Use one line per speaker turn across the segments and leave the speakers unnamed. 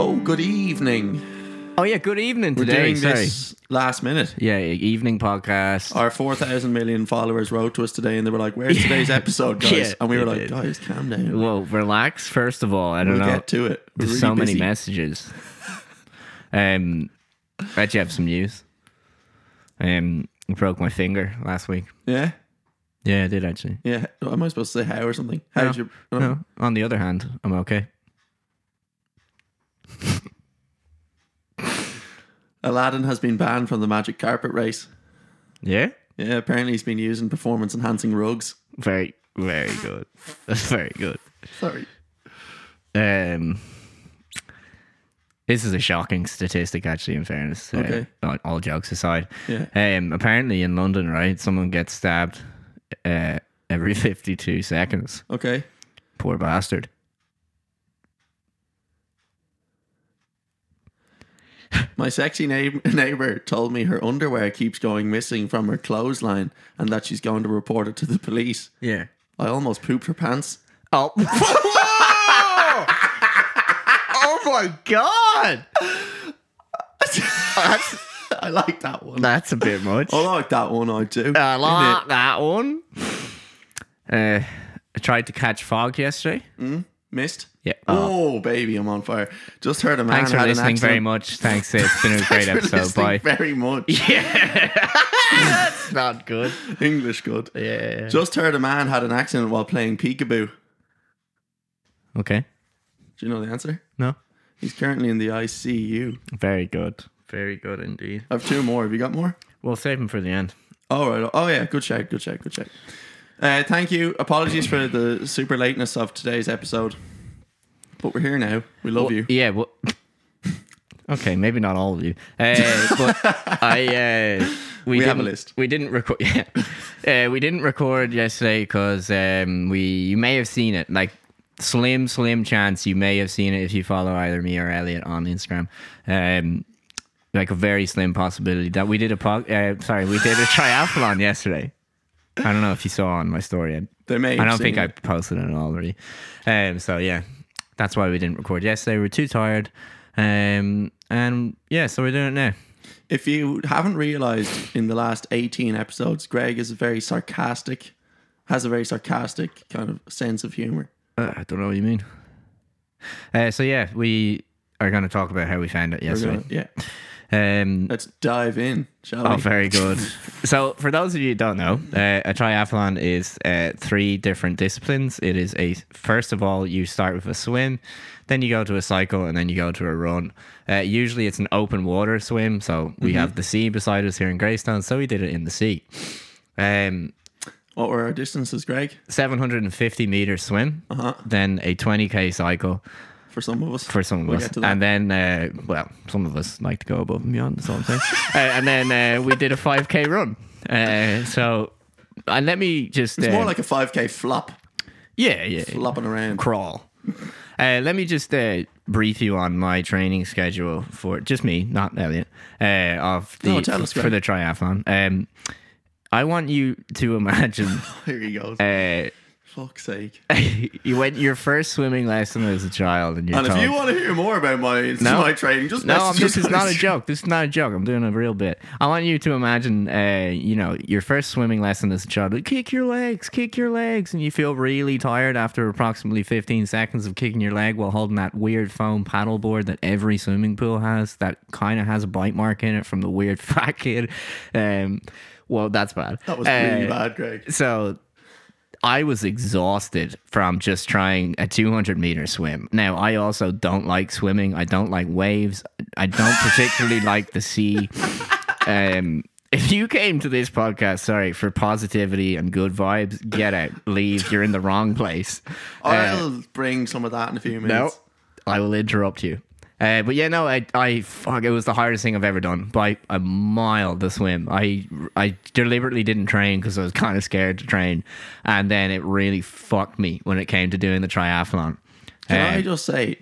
Oh, Good evening.
Oh yeah, good evening
We're
today.
doing
Sorry.
this last minute.
Yeah, evening podcast.
Our 4,000 million followers wrote to us today and they were like, Where's today's episode, guys?
Yeah,
and we were
they
like,
did.
Guys, calm down.
Whoa, relax. First of all, I don't
We'll
know.
get to it. We're
There's
really
so many
busy.
messages. um, I actually have some news. Um, I broke my finger last week.
Yeah?
Yeah, I did actually.
Yeah. Oh, Am I supposed to say how or something? How's
No,
your. oh.
no. On the other hand, I'm okay.
Aladdin has been banned from the magic carpet race.
Yeah.
Yeah, apparently he's been using performance enhancing rugs.
Very, very good. That's very good.
Sorry.
Um, this is a shocking statistic, actually. In fairness, uh,
Okay.
all- all jokes aside,
Yeah.
Um, apparently in London, right, someone gets stabbed uh, every fifty-two seconds.
Okay.
Poor bastard.
My sexy neigh- neighbor told me her underwear keeps going missing from her clothesline and that she's going to report it to the police.
Yeah.
I almost pooped her pants.
Oh. oh my god. That's
I like that one.
that's a bit much.
I like that one, I do. Oh,
I
Isn't
like
it?
that one. Uh, I tried to catch fog yesterday.
Mm. Missed?
Yeah.
Oh. baby, I'm on fire. Just heard a man
Thanks for
had an
listening
accident.
very much. Thanks, it's been a
Thanks
great
for
episode.
listening
Bye.
very much.
Yeah, that's not good.
English good.
Yeah.
Just heard a man had an accident while playing peekaboo.
Okay.
Do you know the answer?
No.
He's currently in the ICU.
Very good. Very good indeed.
I have two more. Have you got more?
We'll save him for the end.
All right. Oh yeah, good check, good check, good check. Uh, thank you. Apologies for the super lateness of today's episode, but we're here now. We love you.
Yeah. Well. Okay, maybe not all of you, uh, but I uh,
We have a
didn't-
list.
We didn't record. Yeah, uh, we didn't record yesterday because um, we you may have seen it. Like slim, slim chance you may have seen it if you follow either me or Elliot on Instagram. Um, like a very slim possibility that we did a pod, uh, sorry we did a triathlon yesterday. I don't know if you saw on my story. I
They may.
I
have
don't
seen
think I posted it already. Um, so yeah, that's why we didn't record yesterday. We were too tired. Um, and yeah, so we're doing it now.
If you haven't realized in the last 18 episodes, Greg is a very sarcastic, has a very sarcastic kind of sense of humor.
Uh, I don't know what you mean. Uh, so yeah, we are going to talk about how we found it
We're
yesterday.
gonna- yeah.
Um,
Let's dive in, shall
oh,
we?
very good. so for those of you who don't know, uh, a triathlon is uh, three different disciplines. It is a first of all you start with a swim, then you go to a cycle, and then you go to a run. Uh, usually it's an open water swim. So we have the sea beside us here in Greystone. So we did it in the sea. Um,
What were our distances, Greg?
750 meter swim,
Uh-huh.
then a 20k cycle.
For some of us.
for some of
We'll
us.
get to that.
And then, uh, well, some of us like to go above and beyond. That's all I'm saying. uh, and then uh, we did a 5k run. Uh, so, and let me just
it's
uh,
more like a 5K flop,
yeah, yeah,
flopping around.
crawl. Uh, let me just uh, brief you on my training schedule for just me, not Elliot, uh, of the
No, tell us,
for
Greg.
the triathlon. Um, I want you to imagine
Here he goes.
uh,
Fuck's sake.
you went your first swimming lesson as a child, and you're
And if
told,
you want to hear more about my,
No.
my training, just
No, I'm-
message
this
us
is
on
not a
Instagram.
joke. This is not a joke. I'm doing a real bit. I want you to imagine, uh, you know, your first swimming lesson as a child. like, Kick your legs, kick your legs, and you feel really tired after approximately 15 seconds of kicking your leg while holding that weird foam paddle board that every swimming pool has. That kind of has a bite mark in it from the weird fat kid. Um, well, that's bad.
That was really
Uh,
bad, Greg.
so I was exhausted from just trying a 200 meter swim. Now, I also don't like swimming. I don't like waves. I don't particularly like the sea. Um, if you came to this podcast, sorry, for positivity and good vibes, get out, leave. You're in the wrong place. Uh,
I'll bring some of that in a few
no,
minutes.
I will interrupt you. Uh, but yeah, no, I, I, fuck, it was the hardest thing I've ever done by a mile. The swim, I, I deliberately didn't train because I was kind of scared to train, and then it really fucked me when it came to doing the triathlon.
Can
Uh,
I just say,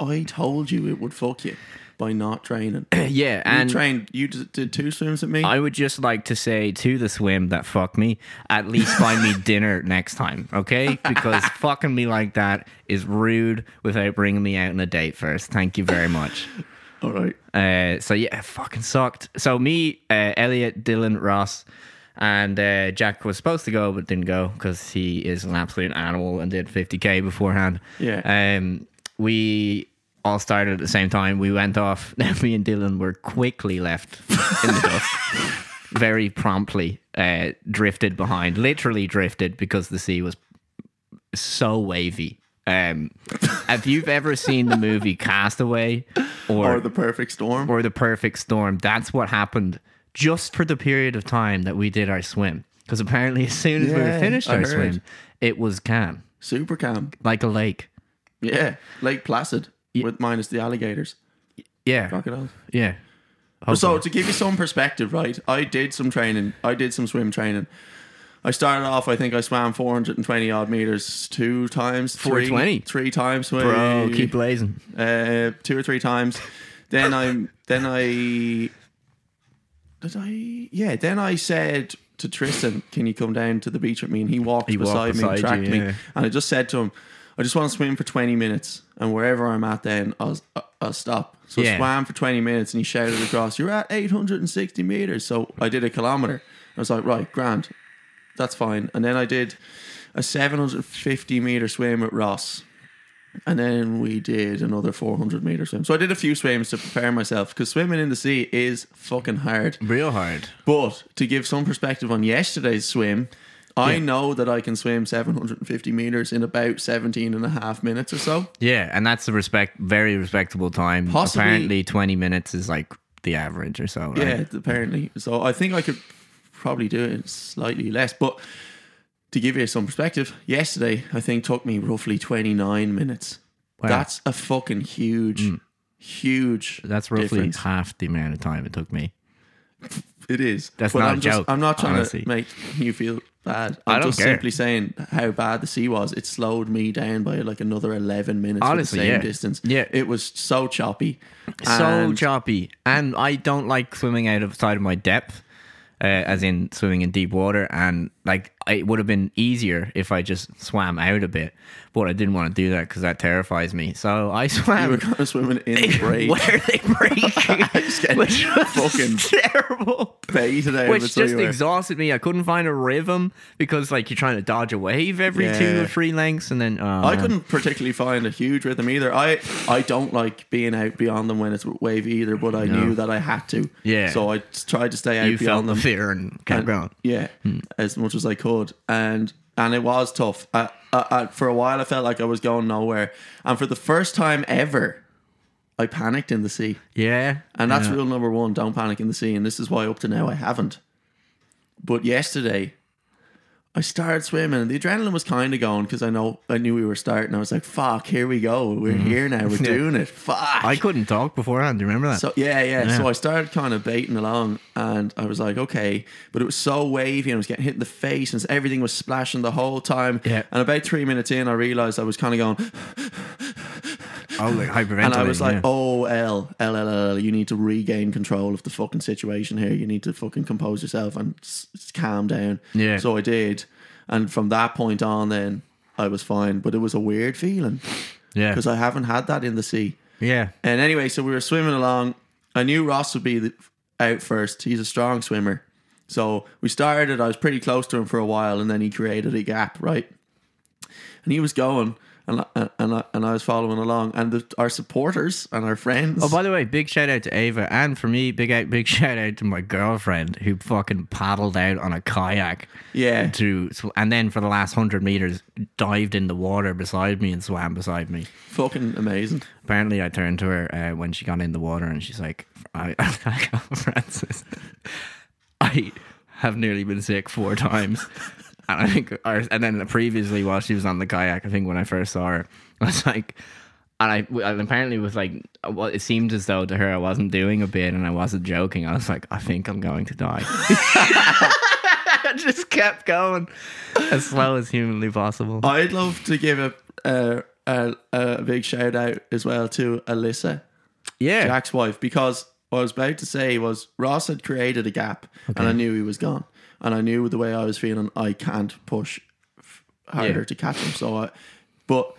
I told you it would fuck you. by not training.
yeah,
you
and
trained. You d- did two swims at me.
I would just like to say to the swim that fuck me, at least buy me dinner next time, okay? Because fucking me like that is rude without bringing me out on a date first. Thank you very much.
All right.
Uh, so yeah, it fucking sucked. So me, uh, Elliot, Dylan, Ross, and uh, Jack was supposed to go but didn't go because he is an absolute animal and did 50k beforehand.
Yeah.
Um, we all started at the same time. We went off. me and Dylan were quickly left in the dust. Very promptly uh, drifted behind, literally drifted because the sea was so wavy. Um, if you've ever seen the movie Castaway
Or the perfect storm.
or the perfect storm. That's what happened just for the period of time that we did our swim. Because apparently, as soon as we were
Yeah,
finished
I
our
heard.
swim, it was calm,
Super calm.
like a lake.
Yeah. Lake Placid with minus the alligators,
Yeah,
crocodiles.
yeah.
So
Hopefully.
to give you some perspective, right? I did some training. I did some swim training. I started off. I think I swam 420 odd meters two times, three-
420?
three times,
bro,
maybe.
keep blazing.
uh, two or three times. Then I then I did I yeah. Then I said to Tristan, "Can you come down to the beach with me?" And he walked
He walked
beside me, and
beside
tracked
you, yeah.
me, and I just said to him, "I just want to swim for twenty minutes, and wherever I'm at, then I'll I'll stop." So
Yeah.
I swam for twenty minutes, and he shouted across, "You're at eight hundred and sixty meters." So I did a kilometer. I was like, "Right, grand, that's fine." And then I did a seven hundred and fifty meter swim with Ross. And then we did another 400 meter swim. So I did a few swims to prepare myself because swimming in the sea is fucking hard.
Real hard.
But to give some perspective on yesterday's swim, I know that I can swim 750 meters in about 17 and a half minutes or so.
Yeah, and that's a respect, very respectable time.
Possibly-
Apparently, twenty minutes is like the average or so. Right?
Yeah, apparently. So I think I could probably do it slightly less. But to give you some perspective, yesterday I think took me roughly 29 minutes.
Wow. Mm.
That's a fucking huge, huge.
that's roughly
difference.
half the amount of time it took me.
It is.
That's
But
not a
I'm just-
joke,
I'm not trying
honestly.
to make you feel bad.
I
I'm
don't
just
care.
simply saying how bad the sea was. It slowed me down by like another 11 minutes
Honestly,
for the same
yeah.
distance.
Yeah.
It was so choppy.
so
And
choppy, and I don't like swimming out of side of my depth, uh, as in swimming in deep water. And like, it would have been easier if I just swam out a bit, but I didn't want to do that because that terrifies me. So I
we were
swam
kind of swimming in the break.
where they break,
getting
which was
fucking-
terrible.
Baited out of it
Which
so
just
you were-
exhausted me. I couldn't find a rhythm because, like, you're trying to dodge a wave every two
Yeah.
or three lengths, and then oh,
I
man.
couldn't particularly find a huge rhythm either. I I don't like being out beyond them when it's wavy either, but I knew that I had to.
Yeah.
So I just tried to stay out
You felt
beyond
the
them.
fear and kept
And-
going.
Yeah,
Hmm.
as much as I could, and and it was tough. I, I, I, for a while, I felt like I was going nowhere, and for the first time ever, I panicked in the sea,
Yeah,
and that's rule number one: don't panic in the sea. And this is why up to now I haven't. But yesterday, I started swimming, and the adrenaline was kind of going because I know I knew we were starting. I was like, "Fuck, here we go. We're here now. We're doing it. Fuck."
Mm-hmm. I couldn't talk beforehand. Do you remember that?
So yeah, yeah, So I started kind of baiting along, and I was like, okay, but it was so wavy, and I was getting hit in the face, and everything was splashing the whole time.
Yeah.
And about three minutes in, I realized I was kind of going,
I was like hyperventilating.
and I was like,
yeah.
oh, L, L, L, L, L, you need to regain control of the fucking situation here. You need to fucking compose yourself and s- s- calm down.
Yeah.
So I did, and from that point on, then I was fine. But it was a weird feeling
yeah,
because I haven't had that in the sea.
yeah,
And anyway, so we were swimming along. I knew Ross would be the, out first. He's a strong swimmer. So we started, I was pretty close to him for a while, and then he created a gap, right? And he was going, and I, and I, and I was following along. And the, our supporters and our friends.
Oh, by the way, big shout out to Ava, and for me, big out, big shout out to my girlfriend who fucking paddled out on a kayak
yeah.
to, and then for the last hundred meters, dived in the water beside me and swam beside me.
Fucking amazing.
Apparently, I turned to her uh, when she got in the water, and she's like, I, "Francis, I have nearly been sick four times." And I think, or, and then previously, while she was on the kayak, I think when I first saw her, I was like, and I, and apparently was like, well, it seemed as though to her I wasn't doing a bit and I wasn't joking. I was like, I think I'm going to die. I just kept going as slow as humanly possible.
Oh, I'd love to give a, a, a, a big shout out as well to Alyssa.
Yeah.
Jack's wife, because what I was about to say was Ross had created a gap, and I knew he was gone, and I knew the way I was feeling, I can't push f- harder
Yeah.
to catch him. So, I, but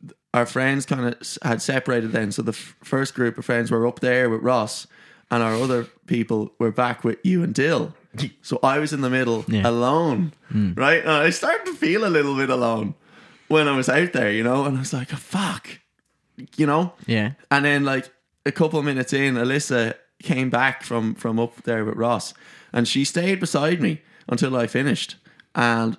th- our friends kind of had separated then. So the f- first group of friends were up there with Ross, and our other people were back with you and Dill. So I was in the middle
Yeah. Hmm.
alone, right? And I started to feel a little bit alone when I was out there, you know, and I was like, "Oh, fuck, you know?
Yeah.
And then like a couple of minutes in, Alyssa came back from from up there with Ross, and she stayed beside me until I finished. And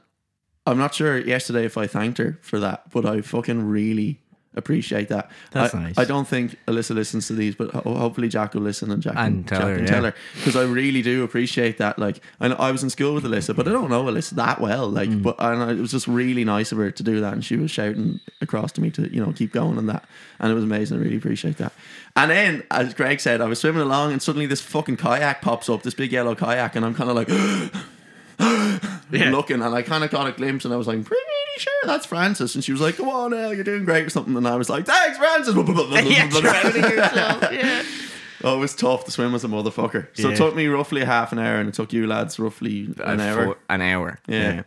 I'm not sure yesterday if I thanked her for that, but I fucking really appreciate that.
That's
I,
nice.
I don't think Alyssa listens to these, but ho- hopefully Jack will listen and Jack
And
can
tell
Jack
her,
can
yeah.
tell her because I really do appreciate that. Like, and I was in school with Alyssa, but I don't know Alyssa that well. Like,
Mm.
but and I, it was just really nice of her to do that, and she was shouting across to me to you know keep going and that, and it was amazing. I really appreciate that. And then, as Greg said, I was swimming along, and suddenly this fucking kayak pops up, this big yellow kayak, and I'm kind of like looking, and I kind of got a glimpse, and I was like. Pretty sure that's Francis, and she was like, "Come on, El, you're doing great" or something, and I was like, "Thanks, Francis."
yeah, drowning yourself. Yeah.
Oh, it was tough. The swim was a motherfucker. So
Yeah.
it took me roughly half an hour, and it took you lads roughly an
Uh,
hour.
for- an hour.
Yeah.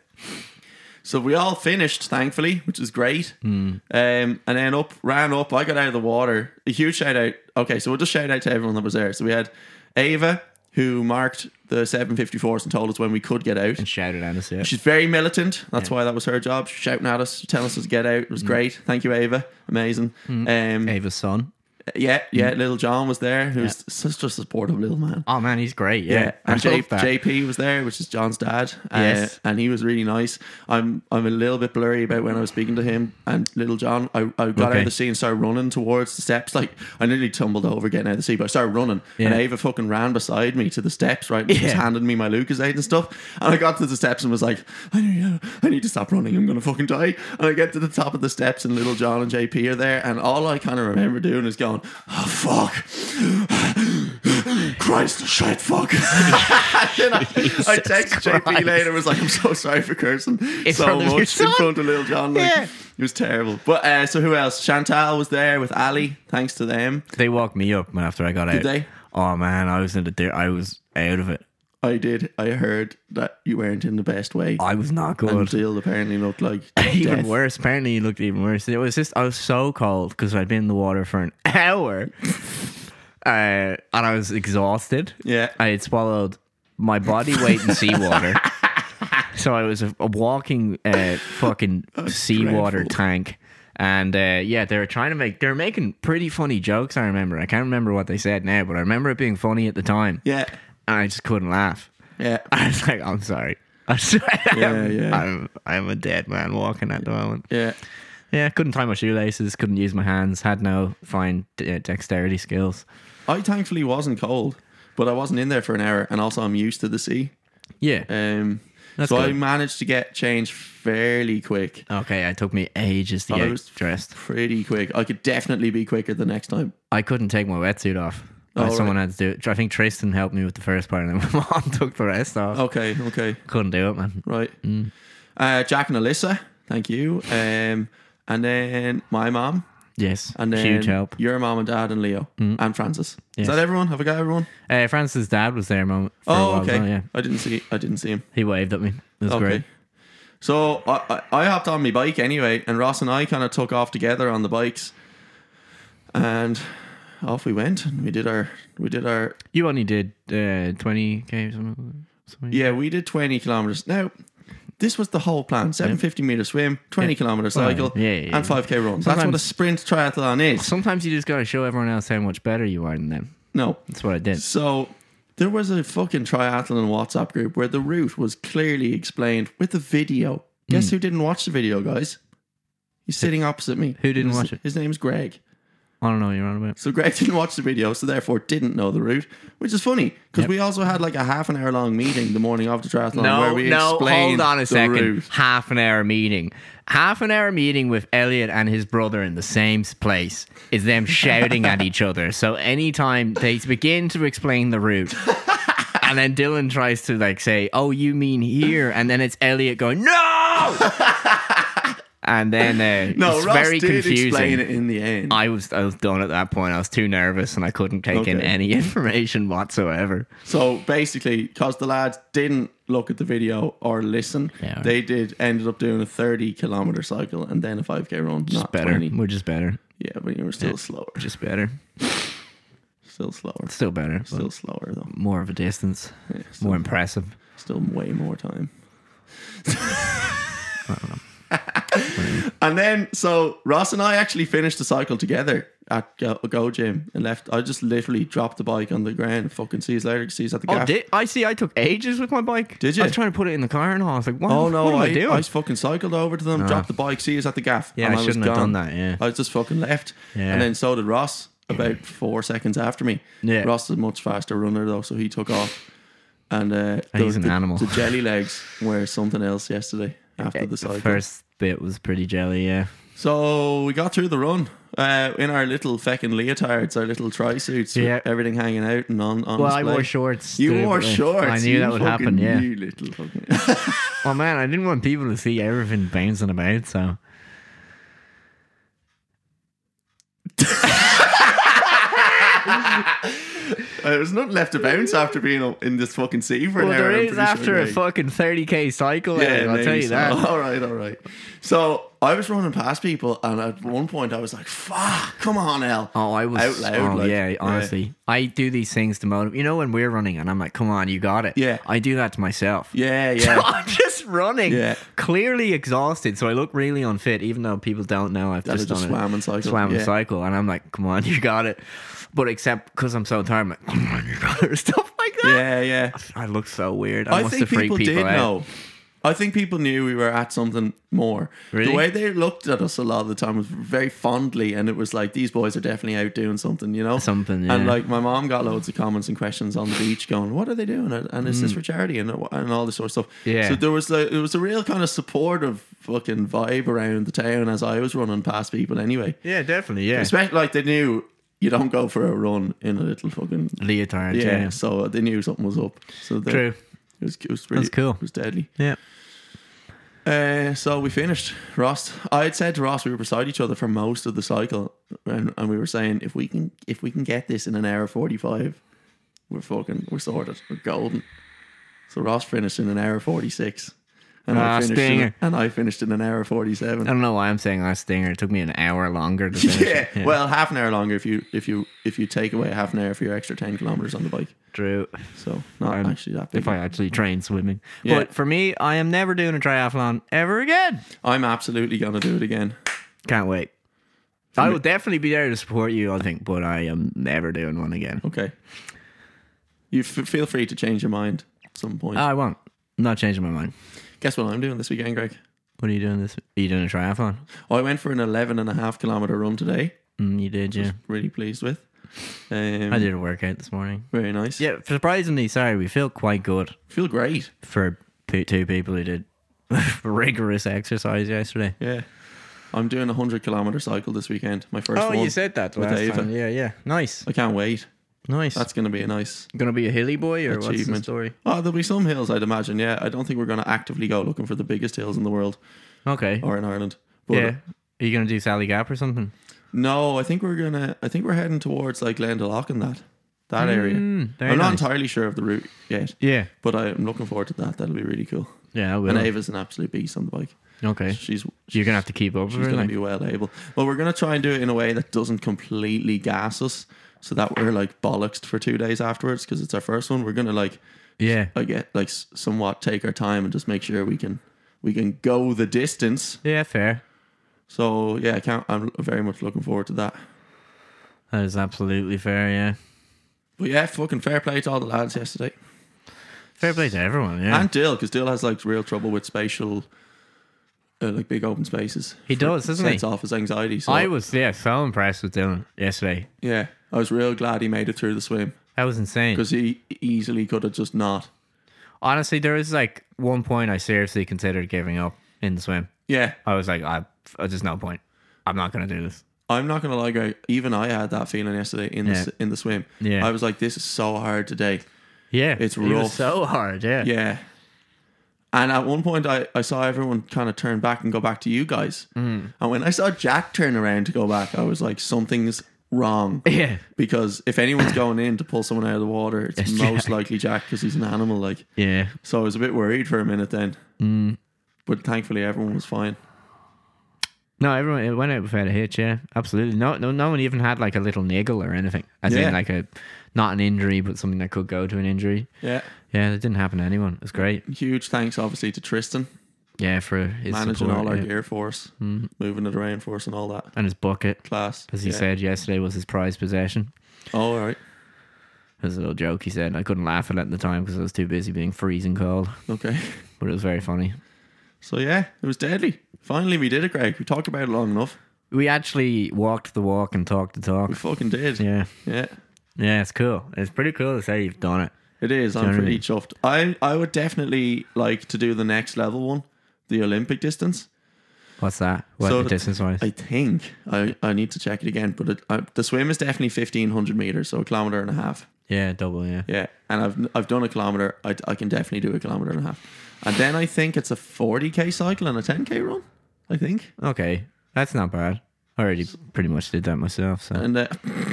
So we all finished, thankfully, which was great.
Hmm.
Um, and then up, ran up. I got out of the water. A huge shout out. Okay, so we'll just shout out to everyone that was there. So we had Ava, who marked the 754s and told us when we could get out.
And shouted at us. Yeah.
She's very militant. That's why that was her job. She's shouting at us, telling us to get out. It
Hmm.
was great. Thank you, Ava. Amazing. Um,
Ava's son.
Yeah,
Hmm.
yeah. Little John was there, who's such a supportive little man.
Oh man, he's great. Yeah.
Yeah,
I
and J-
love that.
JP was there, which is John's dad. Uh,
Yes.
and he was really nice. I'm I'm a little bit blurry about when I was speaking to him and little John. I, I got out
Okay.
of the sea and started running towards the steps. Like I nearly tumbled over getting out of the sea, but I started running. And
Yeah.
Ava fucking ran beside me to the steps, right? And she was
Yeah.
handing me my Lucasade and stuff. And I got to the steps and was like, I need, uh, I need to stop running. I'm gonna fucking die. And I get to the top of the steps and little John and JP are there. And all I kind of remember doing is going, oh fuck. Christ, shit, fuck. and then I, I texted JP
Christ.
later and was like, I'm so sorry for cursing so
front of your
much in
son?
front of Little John. Like,
Yeah.
It was terrible. But uh, so who else? Chantal was there with Ali, thanks to them.
They walked me up after I got out.
they?
Oh man, I was in the dirt. I was out of it.
I did. I heard that you weren't in the best way.
I was not
and
good.
Dill apparently looked like
even
death.
worse. Apparently, he looked even worse. It was just I was so cold because I'd been in the water for an hour, uh, and I was exhausted.
Yeah.
I had swallowed my body weight in seawater. So I was a, a walking uh, fucking seawater
dreadful.
tank. And uh, yeah, they were trying to make, they were making pretty funny jokes, I remember. I can't remember what they said now, but I remember it being funny at the time.
Yeah.
And I just couldn't laugh.
Yeah.
I was like, I'm sorry. I'm sorry. I'm,
yeah.
I'm, I'm a dead man walking at the moment.
Yeah.
Yeah, couldn't tie my shoelaces, couldn't use my hands, had no fine uh, dexterity skills.
I thankfully wasn't cold, but I wasn't in there for an hour. And also, I'm used to the sea.
Yeah.
Um,
That's
so I
good.
managed to get changed fairly quick.
Okay, it took me ages to
I
get
was-
dressed.
Pretty quick. I could definitely be quicker the next time.
I couldn't take my wetsuit off.
Oh,
Like, someone had to do it. I think Tristan helped me with the first part, and then my mom took the rest off.
Okay, okay,
Couldn't do it, man.
right.
Mm.
Uh, Jack and Alyssa, thank you. Um, and then my mom,
Yes,
and then
huge help. Mm.
your mom and dad and Leo and Francis.
Yes.
Is that everyone? Have I got everyone?
Uh, Francis' dad was there a moment. For a
oh,
while,
okay.
though, yeah,
I didn't see. I didn't see him.
he waved at me. It was
okay.
great.
So I, I, I hopped on my bike anyway, and Ross and I kind of took off together on the bikes, and off we went. And we did our we did our
You only did uh, twenty k or something. something.
Yeah, we did 20 kilometers. Now, this was the whole plan 750 meter swim, 20 kilometer cycle,
yeah, yeah, yeah.
and 5k runs. That's what a
Sometimes-
sprint triathlon is.
Sometimes you just gotta show everyone else how much better you are than them.
No.
That's what I did.
So, there was a fucking triathlon WhatsApp group where the route was clearly explained with a video. Guess who didn't watch the video, guys? He's sitting opposite me.
Hmm. Who didn't
His-
watch it?
His name's Greg.
I don't know what you're on about.
So Greg didn't watch the video, so therefore didn't know the route, which is funny because we also had like a half an hour long meeting the morning of the triathlon where we explained
hold on
the
a second.
route.
Half an hour meeting. Half an hour meeting with Elliot and his brother in the same place is them shouting at each other. So anytime they begin to explain the route. And then Dylan tries to like say, "Oh, you mean here?" And then it's Elliot going, "No!" and then uh,
No,
it's
Ross
very
did
confusing.
explain it in the end.
I was I was done at that point. I was too nervous and I couldn't take in
Okay.
any information whatsoever.
So basically, because the lads didn't look at the video or listen,
Yeah, right.
they did ended up doing a thirty kilometer cycle and then a five k run.
Just
not
better.
20.
We're just better.
Yeah, but you were still slower.
Just better.
Still slower.
Still better. but
Still slower though.
more of a distance.
Yeah, still,
More impressive.
still way more time. and then, so Ross and I actually finished the cycle together at Go, Go Gym and left. I just literally dropped the bike on the ground. Fucking see you later. See you at the gaff.
Oh, did, I see. I took ages with my bike.
Did you?
I was trying to put it in the car, and all. I was like, "What?
Oh no!
what am I,
I,
doing?" Ah.
I fucking cycled over to them, dropped the bike, see us at the gaff.
Yeah,
and
I
was
shouldn't have
gone.
done that, yeah.
I just fucking left,
Yeah.
and then so did Ross about four seconds after me.
Yeah.
Ross is a much faster runner though, so he took off. And uh,
Oh, He's
the-
an
the-
animal.
The jelly legs were something else yesterday after the cycle.
first bit was pretty jelly. Yeah,
So we got through the run uh, in our little feckin' leotards, our little tri suits,
Yeah.
everything hanging out and on. on
Well, I
display.
wore shorts,
You
dude,
wore
but
shorts.
I knew
you
that would
fucking
happen, yeah.
You little fucking.
Oh man, I didn't want people to see everything bouncing about, so.
Uh, There's nothing left to bounce after being in this fucking sea for
Well,
an hour.
there
I'm
is
pretty
after
sure,
a
Greg.
fucking 30k cycle, yeah, I'll
maybe
tell you
so.
that.
All right, all right. So I was running past people, and at one point I was like, "Fuck, come on, El!"
Oh, I was
out loud.
oh,
like,
yeah, honestly, I do these things to motivate. You know, when we're running, and I'm like, "Come on, you got it."
Yeah.
I do that to myself.
yeah, yeah.
I'm just running,
Yeah.
clearly exhausted, so I look really unfit, even though people don't know I've
That
just
I just
done
swam
it.
and cycled,
swam and
yeah.
cycle, and I'm like, "Come on, you got it." But except because I'm so tired, I'm like, "Come on, you got it," stuff like that.
yeah, yeah.
I look so weird. I,
I
must
think
have
people,
freaked people
did
out.
know. I think people knew we were at something more.
Really?
The way they looked at us a lot of the time was very fondly, and it was like these boys are definitely out doing something, you know,
Something, yeah.
And like my mom got loads of comments and questions on the beach, going, "What are they doing? And and is this for charity?" and and all this sort of stuff.
Mm. Yeah.
So there was like it was a real kind of supportive fucking vibe around the town as I was running past people anyway.
Yeah, definitely. Yeah,
Especially like they knew you don't go for a run in a little fucking
leotard.
yeah.
Yeah,
So they knew something was up. So they,
true.
it was, it was pretty,
That's cool.
It was deadly.
Yeah.
Uh, so we finished. Ross, I had said to Ross, we were beside each other for most of the cycle, and, and we were saying if we can if we can get this in an hour forty five, we're fucking we're sorted, we're golden. So Ross finished in an hour forty six, and
Ah,
I finished in,
stinger.
and I finished in an hour forty seven.
I don't know why I'm saying last stinger. It took me an hour longer to finish.
yeah.
it.
well, half an hour longer if you if you if you take away half an hour for your extra ten kilometers on the bike.
true.
So not
Um,
actually that big.
If I actually train swimming,
Yeah.
but for me, I am never doing a triathlon ever again.
I'm absolutely gonna do it again.
Can't wait. I will definitely be there to support you. I think, but I am never doing one again.
Okay. You f- feel free to change your mind at some point.
Ah, I won't. I'm not changing my mind.
Guess what I'm doing this weekend, Greg?
What are you doing this? Are you doing a triathlon?
I went for an 11 and a half kilometer run today.
Mm, you did, yeah.
Really pleased with. Um,
I did a workout this morning.
Very nice.
Yeah, surprisingly, sorry, we feel quite good.
Feel great.
for p- two people who did rigorous exercise yesterday.
Yeah. I'm doing a 100 kilometer cycle this weekend. My first one.
Oh, that
with Ava.
Yeah, yeah. Nice,
I can't wait.
nice.
That's going to be a nice
gonna be a hilly boy, or what's the
achievement.
story?
Oh, there'll be some hills, I'd imagine. Yeah. I don't think we're going to actively go looking for the biggest hills in the world
Okay.
or in Ireland. But
Yeah. Are you gonna do Sally Gap or something?
No, I think we're going to, I think we're heading towards like Glendalough and that, that area.
Mm, very
I'm not
nice.
entirely sure of the route yet,
Yeah.
but I'm looking forward to that. That'll be really cool.
Yeah, I will.
And Ava's an absolute beast on the bike.
okay.
She's
You're gonna have to keep up.
she's
with her,
going
like.
to be well able. Well, we're going to try and do it in a way that doesn't completely gas us, so that we're like bollocksed for two days afterwards because it's our first one. We're going to like
yeah.
I get like s- somewhat take our time and just make sure we can we can go the distance.
Yeah, fair.
So yeah, I can't, I'm very much looking forward to that.
That is absolutely fair. Yeah.
But yeah, fucking fair play to all the lads yesterday
Fair play to everyone. Yeah.
and Dill because Dill has like real trouble with spatial. Uh, like big open spaces.
He does, doesn't he?
Sets off his anxiety. So
I was yeah so impressed with Dylan yesterday.
yeah, I was real glad he made it through the swim.
That was insane.
because he easily could have just not.
Honestly, there was like one point I seriously considered giving up in the swim.
Yeah,
I was like, I, I- there's no point. I'm not gonna do this.
I'm not gonna lie, Greg. Even I had that feeling yesterday in the
Yeah.
s in the swim.
Yeah.
I was like, this is so hard today.
Yeah,
It's
It
rough.
was so hard. Yeah,
Yeah, And at one point, I, I saw everyone kind of turn back and go back to you guys.
Mm.
And when I saw Jack turn around to go back, I was like, something's wrong.
Yeah.
Because if anyone's going in to pull someone out of the water, it's,
It's
most
Jack.
likely Jack because he's an animal. Like,
Yeah.
so I was a bit worried for a minute then.
Mm.
But thankfully, everyone was fine.
No, everyone it went out without a hitch. Yeah, absolutely. No, no, no one even had like a little niggle or anything. As
Yeah.
in like a not an injury, but something that could go to an injury.
Yeah.
Yeah, that didn't happen to anyone. It was great.
Huge thanks, obviously, to Tristan
Yeah, for his
managing
support,
all our
yeah.
gear for us, moving it around for us, and all that.
and his bucket,
Class.
as he
Yeah.
said yesterday, was his prized possession.
Oh, all right.
It was a little joke he said. I couldn't laugh at it at the time because I was too busy being freezing cold,
Okay.
but it was very funny.
So, yeah, it was deadly. Finally, we did it, Greg. We talked about it long enough.
We actually walked the walk and talked the talk.
We fucking did.
Yeah,
Yeah.
yeah, it's cool. It's pretty cool to say you've done it.
It is. I'm pretty
Generally.
chuffed. I, I would definitely like to do the next level one, the Olympic distance.
What's that? What
So,
distance wise?
I think I, I need to check it again, but it, I, the swim is definitely 1500 meters, so a kilometer and a half.
Yeah, double. Yeah.
Yeah, and I've I've done a kilometer. I, I can definitely do a kilometer and a half, and then I think it's a 40k cycle and a 10k run. I think,
Okay, that's not bad. I already pretty much did that myself. So
and uh,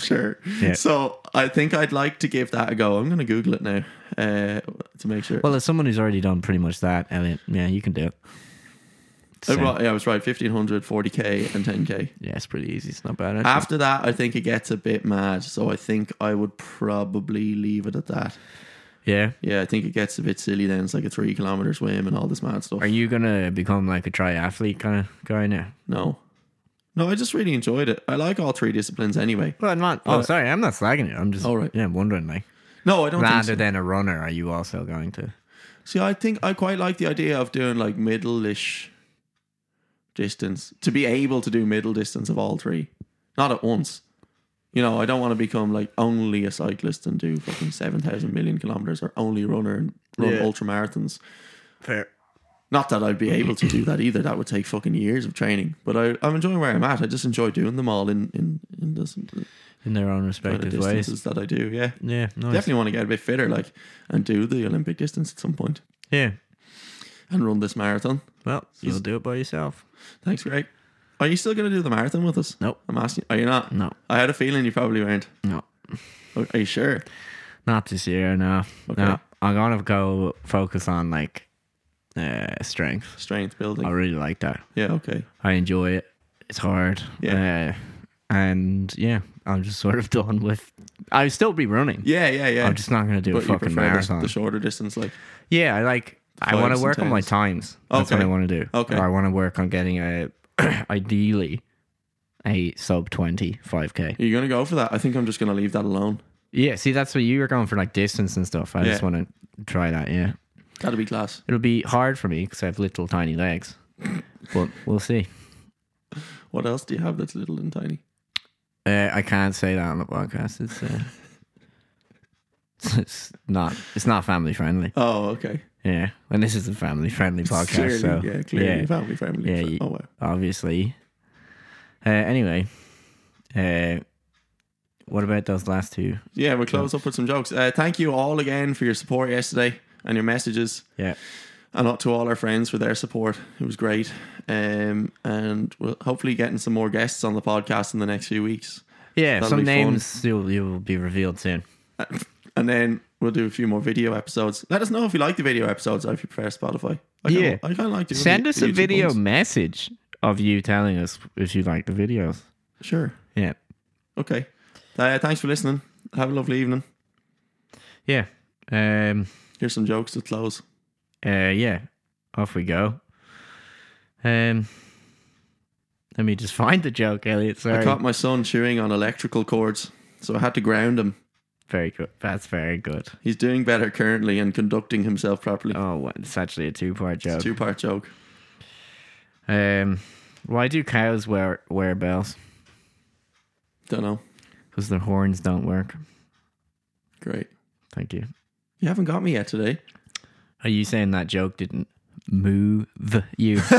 sure.
Yeah.
So I think I'd like to give that a go. I'm gonna Google it now uh, to make sure.
well, as someone who's already done pretty much that, Elliot, yeah, you can do it.
Uh,
So,
right, yeah, I was right. 1500, 40k, and 10k.
yeah, it's pretty easy. It's not bad. Actually.
After that, I think it gets a bit mad. So I think I would probably leave it at that.
yeah.
Yeah, I think it gets a bit silly then. It's like a three kilometer swim and all this mad stuff.
Are you gonna become like a triathlete kind of guy now?
No. No, I just really enjoyed it. I like all three disciplines anyway.
Well, I'm not. Oh, sorry, I'm not slagging you. I'm just.
All right.
Yeah, I'm wondering like.
No, I don't think
Rather
so.
than a runner, are you also going to?
See, I think I quite like the idea of doing like middle-ish distance. To be able to do middle distance of all three. Not at once. You know, I don't want to become like only a cyclist and do fucking 7,000 million kilometers or only a runner and run
Yeah.
ultra marathons.
Fair.
Not that I'd be able to do that either. That would take fucking years of training. But I, I'm enjoying where I'm at. I just enjoy doing them all in, in, in this, the
In their own
kind of
respective ways.
distances that I do. Yeah.
Yeah, nice.
Definitely want to get a bit fitter, like, and do the Olympic distance at some point
Yeah.
and run this marathon.
Well, you'll do it by yourself.
Thanks, Greg. Are you still going to do the marathon with us?
Nope.
I'm asking. Are you not?
No.
I had a feeling you probably weren't.
No.
Oh, Are you sure?
Not this year, no.
Okay.
No. I'm gonna go focus on like uh strength.
Strength building.
I really like that.
Yeah. Okay.
I enjoy it. It's hard.
Yeah.
Uh, and yeah, I'm just sort of done with I still be running.
Yeah. Yeah. Yeah.
I'm just not gonna do
but
a
you
fucking
prefer the-
marathon.
the shorter distance, like.
yeah, I like I
fives
wanna
and
work on my
tens.
times. That's
Okay.
what I wanna do.
Okay.
Or I wanna work on getting a ideally a sub 20 5k.
Are you going to go for that? I think I'm just going to leave that alone.
Yeah, see, that's what you were going for, like distance and stuff. I just
Yeah.
want to try that. Yeah,
That'll be class.
it'll be hard for me because I have little tiny legs, but we'll see.
What else do you have that's little and tiny?
Uh, I can't say that on the podcast. It's uh, it's not it's not family friendly.
Oh, okay.
Yeah, and this is a family friendly podcast,
clearly,
so
yeah, clearly
yeah,
family friendly.
Yeah, you-
oh wow.
obviously. Uh, anyway, uh, what about those last two?
Yeah, we'll close up with some jokes. Uh, thank you all again for your support yesterday and your messages,
Yeah,
and up to all our friends for their support. It was great, um, and we'll hopefully getting some more guests on the podcast in the next few weeks,
yeah,
That'll
some
be fun.
names you'll you'll be revealed soon.
and then we'll do a few more video episodes. Let us know if you like the video episodes or if you prefer Spotify. I kinda-
Yeah.
I kind of like doing
Send
the-
us
the
a
YouTube
video
ones.
message of you telling us if you like the videos.
Sure.
Yeah.
Okay. Uh, thanks for listening. Have a lovely evening.
Yeah. Um
Here's some jokes to close.
uh yeah. Off we go. Um let me just find the joke, Elliot.
I
Sorry.
caught my son chewing on electrical cords, so I had to ground him.
Very good. That's very good.
He's doing better currently and conducting himself properly.
Oh, what- it's actually a two-part joke.
Two part joke.
um, why do cows wear wear bells?
Don't know.
Because their horns don't work.
Great.
Thank you.
You haven't got me yet today.
Are you saying that joke didn't move you?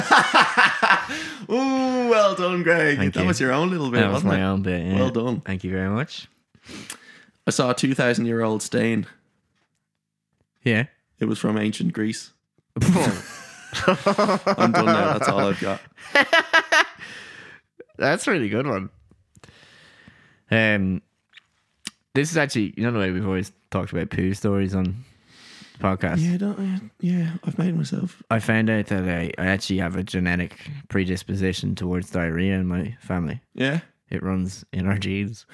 Ooh, well done, Greg.
Thank
that
you.
was your own little bit,
that was
wasn't
my
it?
own bit. yeah.
Well done.
Thank you very much.
I saw a 2,000 year old stain.
Yeah.
It was from ancient Greece.
Boom.
I'm done now. That's all I've got.
That's a really good one. Um, this is actually you know the way we've always talked about poo stories on the podcast.
Yeah, don't. Yeah, yeah I've made myself.
I found out that I, I actually have a genetic predisposition towards diarrhea in my family.
Yeah.
It runs in our genes.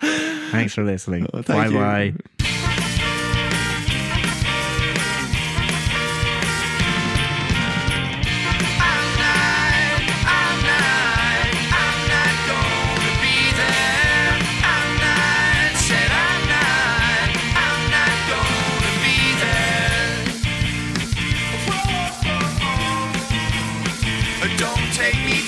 Thanks for listening.
Oh, thank
bye
you.
bye.
I'm not, I'm not, I'm not gonna be there. I'm not, said I'm not, I'm not gonna be there. Don't take me